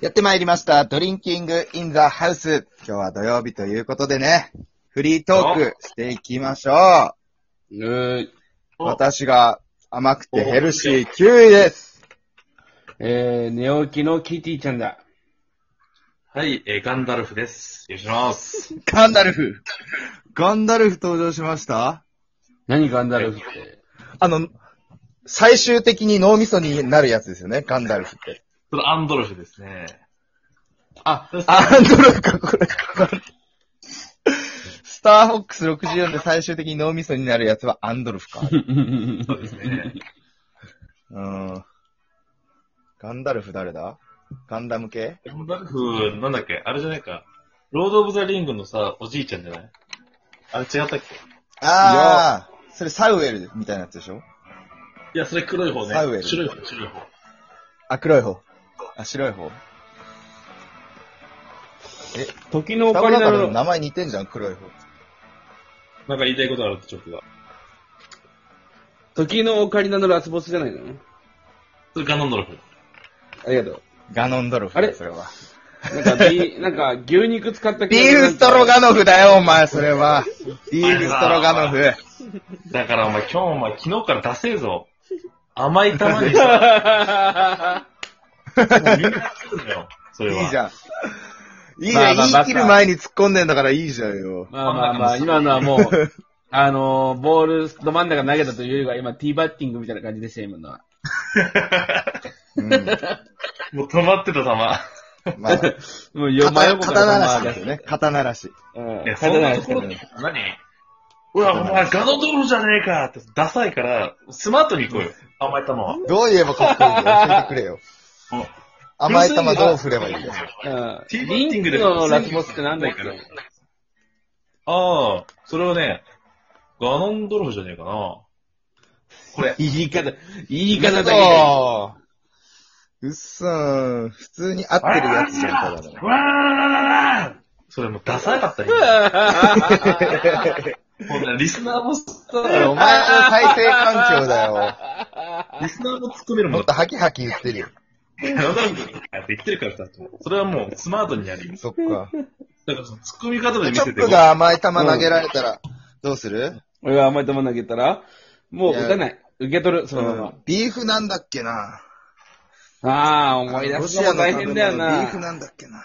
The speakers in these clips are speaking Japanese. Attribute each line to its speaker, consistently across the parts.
Speaker 1: やってまいりました。ドリンキングインザハウス。今日は土曜日ということでね、フリートークしていきましょう。
Speaker 2: え
Speaker 3: お
Speaker 1: 私が甘くてヘルシー9位です。
Speaker 2: ー、えー、寝起きのキティちゃんだ。
Speaker 3: はい、えーガンダルフです。よろしくお願いします。
Speaker 1: ガンダルフ。ガンダルフ登場しました
Speaker 2: 何ガンダルフって。
Speaker 1: あの、最終的に脳みそになるやつですよね、ガンダルフって。
Speaker 3: それアンドルフですね。
Speaker 2: あ、
Speaker 1: アンドロイドか、これ。スターフォックス64で最終的に脳みそになるやつはアンドルフか。
Speaker 3: そうですね。
Speaker 1: うん。ガンダルフ誰だガンダム系
Speaker 3: ガンダルフ、なんだっけあれじゃないか。ロード・オブ・ザ・リングのさ、おじいちゃんじゃないあれ違ったっけ
Speaker 1: ああ、それサウエルみたいなやつでしょ
Speaker 3: いや、それ黒い方ね。
Speaker 1: サウエル
Speaker 3: 白い方、白い方。
Speaker 1: あ、黒い方。あ、白い方。
Speaker 2: 時のオ
Speaker 1: 双
Speaker 2: カ
Speaker 1: 子だ
Speaker 2: リナ
Speaker 1: から名
Speaker 2: の、
Speaker 1: 前似てんじゃん、黒い方。
Speaker 3: なんか言いたいことあるってちょっとだ。
Speaker 2: 時のオカリナのラスボスじゃないの
Speaker 3: それガノンドルフ。
Speaker 2: ありがとう。
Speaker 1: ガノンドルフ。
Speaker 2: あれ
Speaker 1: それは。
Speaker 2: なんか、ビなんか、牛肉使った
Speaker 1: ビーフストロガノフだよ、お前、それは。ビーフストロガノフ。
Speaker 3: だからお前、今日お前、昨日から出せえぞ。甘い玉にさ、 もうみんなやってるんだよ。それは。
Speaker 1: いいじ
Speaker 3: ゃん。
Speaker 1: ゃん。いいじ
Speaker 2: ま
Speaker 1: ゃ
Speaker 2: あ
Speaker 1: ん、
Speaker 2: まあ
Speaker 1: 言い切る前に突っ込んでんだからいいじゃん よ。
Speaker 2: まあまあまあ、今のはもう、あのー、ボール、ど真ん中投げたというよりは、今、ティーバッティングみたいな感じでしたよ、今のは。
Speaker 1: うん。
Speaker 3: もう止まってた玉。
Speaker 1: まあ、
Speaker 2: もう、よ
Speaker 1: 肩、
Speaker 2: 横か
Speaker 1: 肩
Speaker 2: ら
Speaker 1: 鳴らし
Speaker 2: 球上が
Speaker 1: です
Speaker 2: って
Speaker 1: よね。肩鳴らし。
Speaker 2: うん
Speaker 3: いや、そ
Speaker 2: 勝て
Speaker 3: ん
Speaker 2: な
Speaker 3: な
Speaker 2: いで
Speaker 3: と
Speaker 2: す
Speaker 3: こ
Speaker 2: けど
Speaker 3: ろに
Speaker 2: ね。、
Speaker 3: 何うわ、お前、ガノドルフじゃねえかって、ダサいから、スマートに行こうよ。甘い玉は。
Speaker 1: どう言えばかっこいいんだよ。教えてくれよ。甘い球どう振ればいいんだよ。
Speaker 2: うん
Speaker 3: ティーバッテ
Speaker 2: リ
Speaker 3: ィン
Speaker 2: ン
Speaker 3: グ
Speaker 2: ク
Speaker 3: で
Speaker 2: のラスボスってなんだっけ
Speaker 3: ああ、それはね、ガノンドルフじゃねえかな。これ。
Speaker 2: 言い方、言い方だけで。
Speaker 1: ああ。うっそーん。普通に合ってるやつじゃん、ただの。
Speaker 3: わーそれもうダサかったり。もうね、リスナーもさ、
Speaker 1: お前の再生環境だ よ。
Speaker 3: リスナーも突っ込めるも
Speaker 1: も
Speaker 3: ん
Speaker 1: っとハキハキ言ってるよ。
Speaker 3: ガノンドルフって言ってるからさ、それはもうスマートにやるよ。
Speaker 1: そっか。
Speaker 3: だからその突っ込み方で見
Speaker 1: チョ
Speaker 3: せ
Speaker 1: ッ
Speaker 3: てよ
Speaker 1: プが甘い球投げられたら、どうする、
Speaker 2: 俺が甘い球投げたら、もう打たない。受け取る、そのまま。
Speaker 1: ビーフなんだっけな。
Speaker 2: ああ、思い出すのも大変だよ
Speaker 1: ロシアの食べ物ビーフ
Speaker 2: な。
Speaker 1: なんだっけな。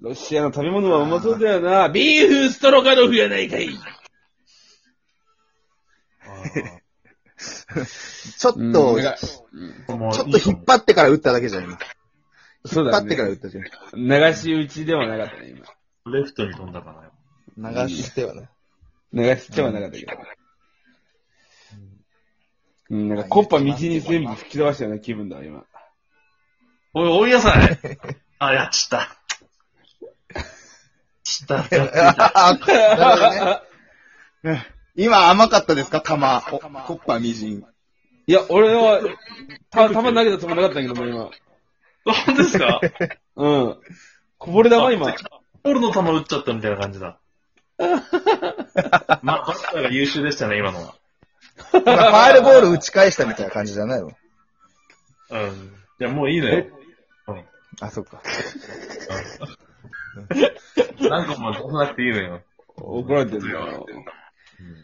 Speaker 2: ロシアの食べ物はうまそうだよな。ビーフストロガノフやないかい。
Speaker 1: ちょっと、ちょ
Speaker 3: もう
Speaker 1: っと引っ張ってから打っただけじゃん、今。
Speaker 2: そう
Speaker 1: 引っ張
Speaker 2: だ
Speaker 1: ってから打っ
Speaker 2: ね。
Speaker 1: たじゃん。
Speaker 2: 流し打ちではなかったね、
Speaker 3: レフトに飛んだかな。
Speaker 1: 流してはね。
Speaker 2: 今。流しではなかったけど。うん、なんかコッパ道に全部吹き飛ばしたような気分だわ、今。
Speaker 3: おい、追いなさい。あ、やっちった。ちった。
Speaker 1: ああ、 なるほどね。今甘かったですか玉。おコッパみじん。
Speaker 2: いや、俺は、た、球投げたつもりなかったんだけども、今。
Speaker 3: 本当ですか
Speaker 2: うん。こぼ れ玉、今。
Speaker 3: ボールの球打っちゃったみたいな感じだ。 まあ、バッターが優秀でしたね、今のは。
Speaker 1: 今ファールボール打ち返したみたいな感じじゃないの
Speaker 3: うん。いや、もういいのよ。
Speaker 1: あ、そっか。
Speaker 3: なんかもう出さなくていいのよ。
Speaker 2: 怒られてるんだよ。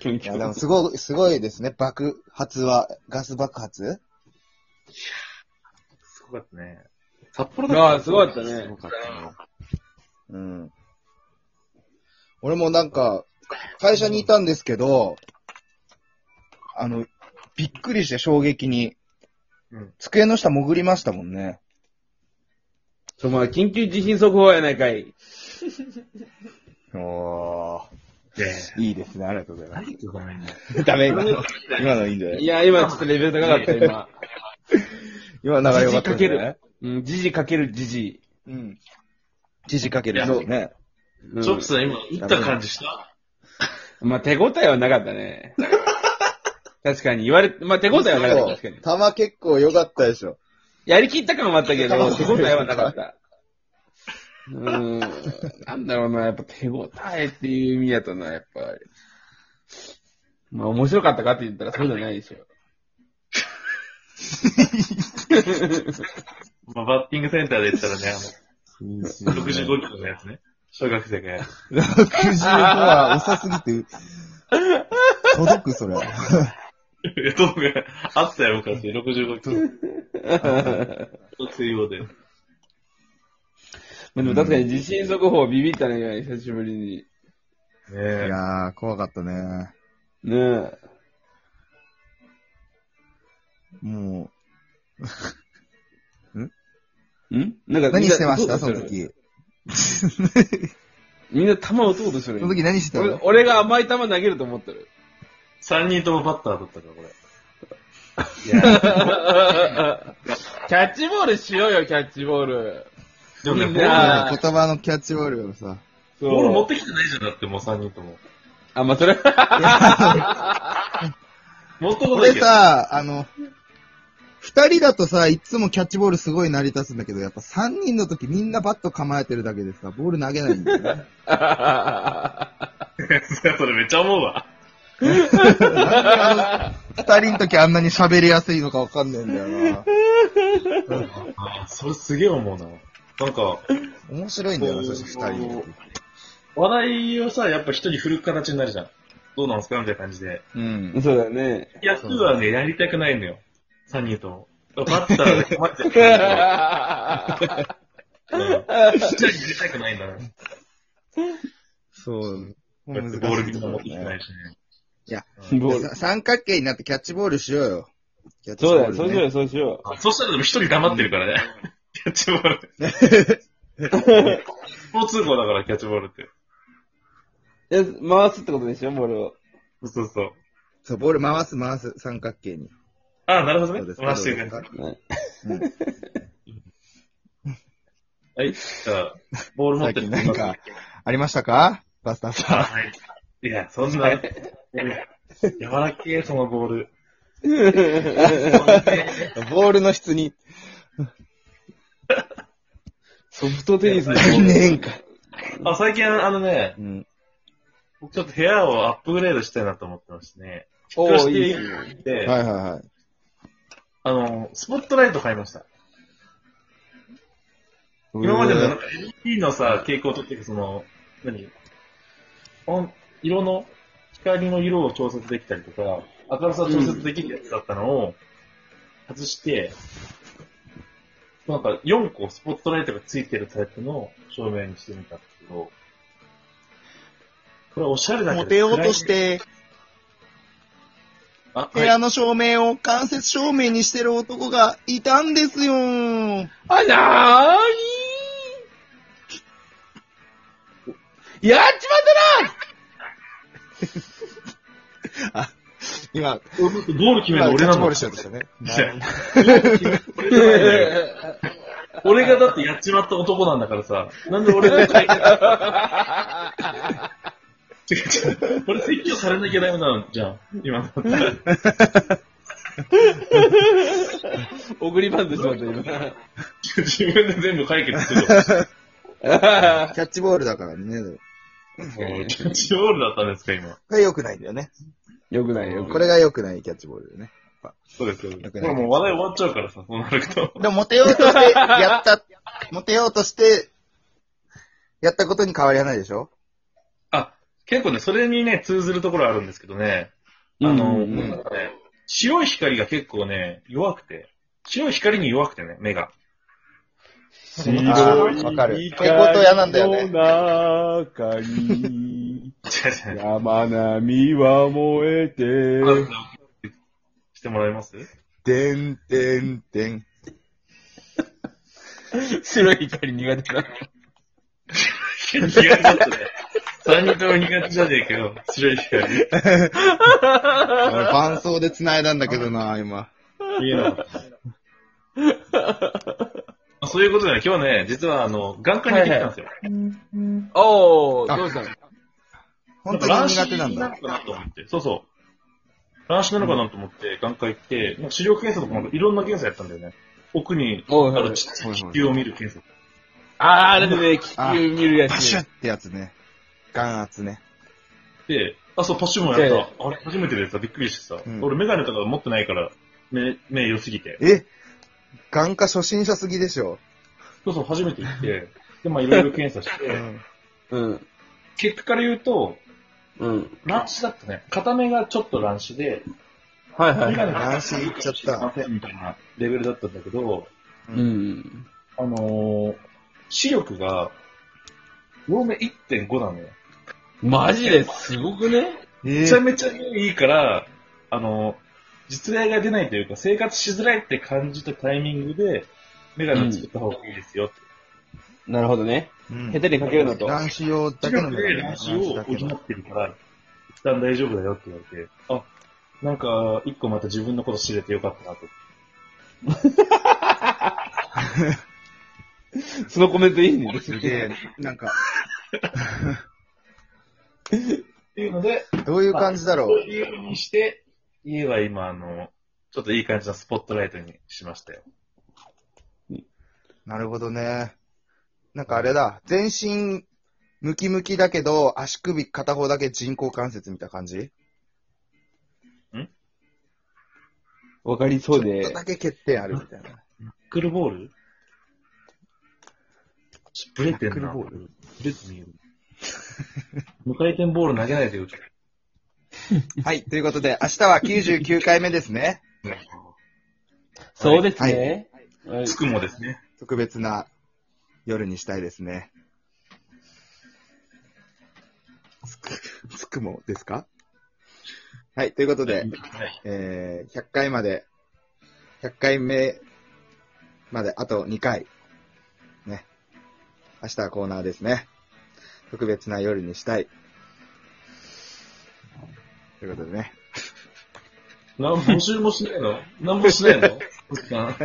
Speaker 2: 今日
Speaker 1: いや、でもすごい、すごいですね。爆発は、ガス爆発
Speaker 3: すごかったね。札幌
Speaker 2: ああ、すごかったね。
Speaker 1: うん。俺もなんか、会社にいたんですけど、あの、びっくりして衝撃に
Speaker 3: うん、
Speaker 1: 机の下潜りましたもんね。
Speaker 2: そう、まあ、緊急地震速報やないかい。
Speaker 1: お
Speaker 3: いやいや
Speaker 1: ー、いいですね。ありがとうございま
Speaker 3: 何言ってごめんね。
Speaker 1: す。 ダメ、今の。今のいいんじゃない
Speaker 2: いや、今ちょっとレベル高かったよ、 今。
Speaker 1: 今のが良かったんじゃ
Speaker 2: 時事
Speaker 1: ない
Speaker 2: うん、時事かける時事。
Speaker 1: うん。時事かける。そうね。
Speaker 2: うん
Speaker 3: チョップさん、今、打った感じした
Speaker 2: まあ、手応えはなかったね。確かに、言われ、まあ、手応えはなかった、確かに。
Speaker 1: 玉結構良かったでしょ。
Speaker 2: やりきった感はあったけど、手応えはなかった。うーん、なんだろうな、やっぱ手応えっていう意味やとな、やっぱり。まあ、面白かったかって言ったらそうじゃないでしょ。
Speaker 3: まあ、バッティングセンターで言ったらね、あの、 65キロのやつね。小学生がやる。
Speaker 1: 65は遅すぎて、届く、それ。
Speaker 3: いや、どうが、あったやろ、昔。65キロ。小学生用で。
Speaker 2: まあでも確かに地震速報ビビったね、久しぶりに。
Speaker 3: ね
Speaker 1: い
Speaker 3: え。
Speaker 1: やー、怖かったね。
Speaker 2: ねえ。
Speaker 1: も
Speaker 2: んなんか
Speaker 1: う、何してました
Speaker 2: ど
Speaker 1: そうの時。
Speaker 2: みんな球を打とうとする。
Speaker 1: その時何してた
Speaker 2: 俺
Speaker 1: の
Speaker 2: 俺が甘い球投げると思ってる。
Speaker 3: 3人ともバッターだったから、これ。いや、
Speaker 2: キャッチボールしようよ、キャッチボール。
Speaker 3: でもね、
Speaker 2: いい
Speaker 3: ボ
Speaker 2: ね
Speaker 3: ール、
Speaker 2: あー
Speaker 1: 言葉のキャッチボールをさ。
Speaker 2: そ
Speaker 3: ボール持ってきてないじゃん、だってもう3人とも。
Speaker 2: あ、まあ、それ、
Speaker 3: 持ってこない
Speaker 1: 俺
Speaker 3: けど。
Speaker 1: さ、あの、二人だとさ、いつもキャッチボールすごい成り立つんだけど、やっぱ三人の時みんなバット構えてるだけでさ、ボール投げないんだよね。
Speaker 3: それめっちゃ思うわ。
Speaker 1: 二人の時あんなに喋りやすいのかわかんないんだよ
Speaker 3: あそれすげえ思うな。なんか、
Speaker 1: な。面白いんだよな、そして二人の時。
Speaker 3: 話題をさ、やっぱ人に振る形になるじゃん。どうなんすかみたいな感じで。
Speaker 1: うん。
Speaker 2: そうだね。
Speaker 3: 野球はね、やりたくないのよ。3人とも。バッターで困っちゃう。 じゃあやりたくないんだな。
Speaker 1: そう。
Speaker 3: ボ
Speaker 1: 難しいとこ
Speaker 3: ール見ても持ってきて
Speaker 1: だ
Speaker 3: ない
Speaker 1: ね
Speaker 3: しね。
Speaker 2: ボール
Speaker 1: さ三角形になってキャッチボールしようよ。キャッチボ
Speaker 2: そうだ
Speaker 1: ー
Speaker 2: よ、
Speaker 1: ル
Speaker 2: そうしようよ、そうしよ
Speaker 3: あそしたらでも一人黙ってるからね。キャッチボール。スポーツ号だから、キャッチボールって。
Speaker 2: う。いや回すってことでしょ、ボールを。
Speaker 3: そうそう。
Speaker 1: そう、ボール回す回す、三角形に。
Speaker 3: あなるほど
Speaker 1: そ
Speaker 3: ね
Speaker 1: うで。す
Speaker 3: 回してる感じ。
Speaker 2: ね
Speaker 3: はい。じゃあ、ボール持っ
Speaker 1: 最
Speaker 3: てる
Speaker 1: 近なんか、ありましたかバスターさん。
Speaker 3: はい。いや、そんな、いや柔らけえ、そのボー ル。
Speaker 1: ボールの質に。
Speaker 2: ソフトテニスのボール
Speaker 1: ねえんか。
Speaker 3: あ、最近あのね
Speaker 1: う、ん。
Speaker 3: 僕ちょっと部屋をアップグレードしたいなと思ってましてね。
Speaker 2: お
Speaker 3: 引っ
Speaker 2: ー
Speaker 3: 越
Speaker 2: いい
Speaker 3: して
Speaker 2: ね
Speaker 3: きて、
Speaker 1: はいはいはい。
Speaker 3: あの、スポットライト買いました。今までのなんか LED のさ、傾向をとっていく、その、何音色の、光の色を調節できたりとか、明るさを調節できるやつだったのを、外して、なんか4個スポットライトがついてるタイプの照明にしてみたんですけど、これおしゃれだけど。
Speaker 1: モテようとし
Speaker 3: 暗いね。
Speaker 1: て、
Speaker 3: あ、
Speaker 1: 部
Speaker 3: はい
Speaker 1: 屋の照明を間接照明にしてる男がいたんですよー。
Speaker 2: あなーいやっちまっ
Speaker 1: 今、
Speaker 3: ゴール決める
Speaker 1: 今
Speaker 3: の
Speaker 1: キャ
Speaker 3: 俺
Speaker 1: ッ
Speaker 3: な
Speaker 1: チボー
Speaker 3: の
Speaker 1: ルしようとした ね。
Speaker 3: 俺じゃ ないんだよ
Speaker 2: たな
Speaker 3: 俺がだってやっちまった男なんだからさ、なんで俺が書いてた違う違う。俺説教されなきゃダメなのじゃん。今の。
Speaker 2: 送りバンドしまった、
Speaker 3: 自分で全部解決すると。
Speaker 2: 今。
Speaker 1: キャッチボールだからね。
Speaker 3: キャッチボールだったんですか、今。
Speaker 1: これ良くないんだよね。
Speaker 2: よくないよく
Speaker 1: こ
Speaker 2: な
Speaker 1: れ
Speaker 2: い。
Speaker 1: が良くないキャッチボールだよね。
Speaker 3: そうですよ。
Speaker 1: だ
Speaker 3: こ
Speaker 1: から
Speaker 3: れもう話題終わっちゃうからさ、そうなると。
Speaker 1: でもモテようとして、やった、モテようとして、やったことに変わりはないでしょ
Speaker 3: あ、結構ね、それにね、通ずるところあるんですけどね。あの、
Speaker 2: うんうん
Speaker 3: なんかね、白い光が結構ね、弱くて。白い光に弱くてね、目 が。
Speaker 1: 白いわかる蛍光灯嫌なんだよね
Speaker 2: 中に、
Speaker 3: 違う違う。
Speaker 2: 山並みは燃えて、
Speaker 3: してもらえます
Speaker 1: てんてんてん。
Speaker 2: 白い光苦手だ。
Speaker 3: 苦手だったね。三人とも苦手じゃねえけど、白い光。い
Speaker 1: 俺伴奏で繋いだんだけどな、今。
Speaker 3: い な。そういうことでね、今日ね、実はあの、眼科に行ってきたんですよ。
Speaker 2: おー、
Speaker 1: あ
Speaker 2: どうしたの
Speaker 1: 本当に苦手なんだ。
Speaker 3: 乱視なのかなと思って。そうそう。乱視なのかなと思って、眼科行って、なんか視力検査とかなんかいろんな検査やったんだよね。奥に
Speaker 2: お
Speaker 3: あ
Speaker 2: いおい
Speaker 3: るちっちゃい気球を見る検査。
Speaker 2: あー、あれでね、気球見るや
Speaker 1: パ
Speaker 2: つ
Speaker 1: シュ
Speaker 2: ね
Speaker 1: ッ。ってやつね。眼圧ね。
Speaker 3: で、あ、そう、パッシュも
Speaker 2: いや
Speaker 3: や
Speaker 2: い
Speaker 3: った。あれ、初めてでさ、びっくりしてさ。
Speaker 1: うん
Speaker 3: 俺、メガネとか持ってないから、目、目良すぎて。
Speaker 1: え眼科初心者すぎでしょ
Speaker 3: そうそう、初めて行って、で、まあいろいろ検査して、
Speaker 2: うん。
Speaker 3: 結果から言うと、
Speaker 2: うん。
Speaker 3: 乱視だったね。片目がちょっと乱視で、
Speaker 2: はいは
Speaker 3: 眼
Speaker 2: いはい。
Speaker 3: 鏡
Speaker 1: 乱視いっちゃった
Speaker 3: すいませんみたいなレベルだったんだけど、
Speaker 2: うん。
Speaker 3: あのー、視力が、両目1.5なのよ。
Speaker 2: マジですごくね
Speaker 1: え
Speaker 3: めちゃ
Speaker 1: ー、
Speaker 3: めちゃいいから、あの、実害が出ないというか、生活しづらいって感じたタイミングで、メガネを作った方がいいですよ。
Speaker 2: なるほどね。
Speaker 1: うん
Speaker 2: 下手にかけるのと。
Speaker 1: 乱視用だけの
Speaker 3: で、乱視を補ってるから、一旦大丈夫だよって言われて、あ、なんか、一個また自分のこと知れてよかったなと。
Speaker 2: そのコメントいいね。
Speaker 1: すげえ、なんか、
Speaker 3: っていうので、
Speaker 1: どういう感じだろ
Speaker 3: そう
Speaker 1: う。
Speaker 3: いうようにして、家は今、あの、ちょっといい感じのスポットライトにしましたよ。
Speaker 1: なるほどね。なんかあれだ、全身ムキムキだけど、足首片方だけ人工関節みたいな感じ
Speaker 2: わかりそう
Speaker 1: ちょっ
Speaker 2: で
Speaker 1: と。だけ欠点あるみたい な。
Speaker 3: ナックルボールちょブレてんな。
Speaker 1: ナックルボール
Speaker 3: ブレて見える。 無回転ボール投げないでよ。
Speaker 1: はい、ということで、明日は99回目ですね。
Speaker 2: そうですね。はい
Speaker 3: つくもですね。
Speaker 1: 特別な夜にしたいですね。つく、つくもですかはい、ということで、
Speaker 3: はい
Speaker 1: えー、100回まで、100回目まであと2回。ね。明日はコーナーですね。特別な夜にしたい。ということでね。
Speaker 3: なん募集もしないの何もしないのおっさん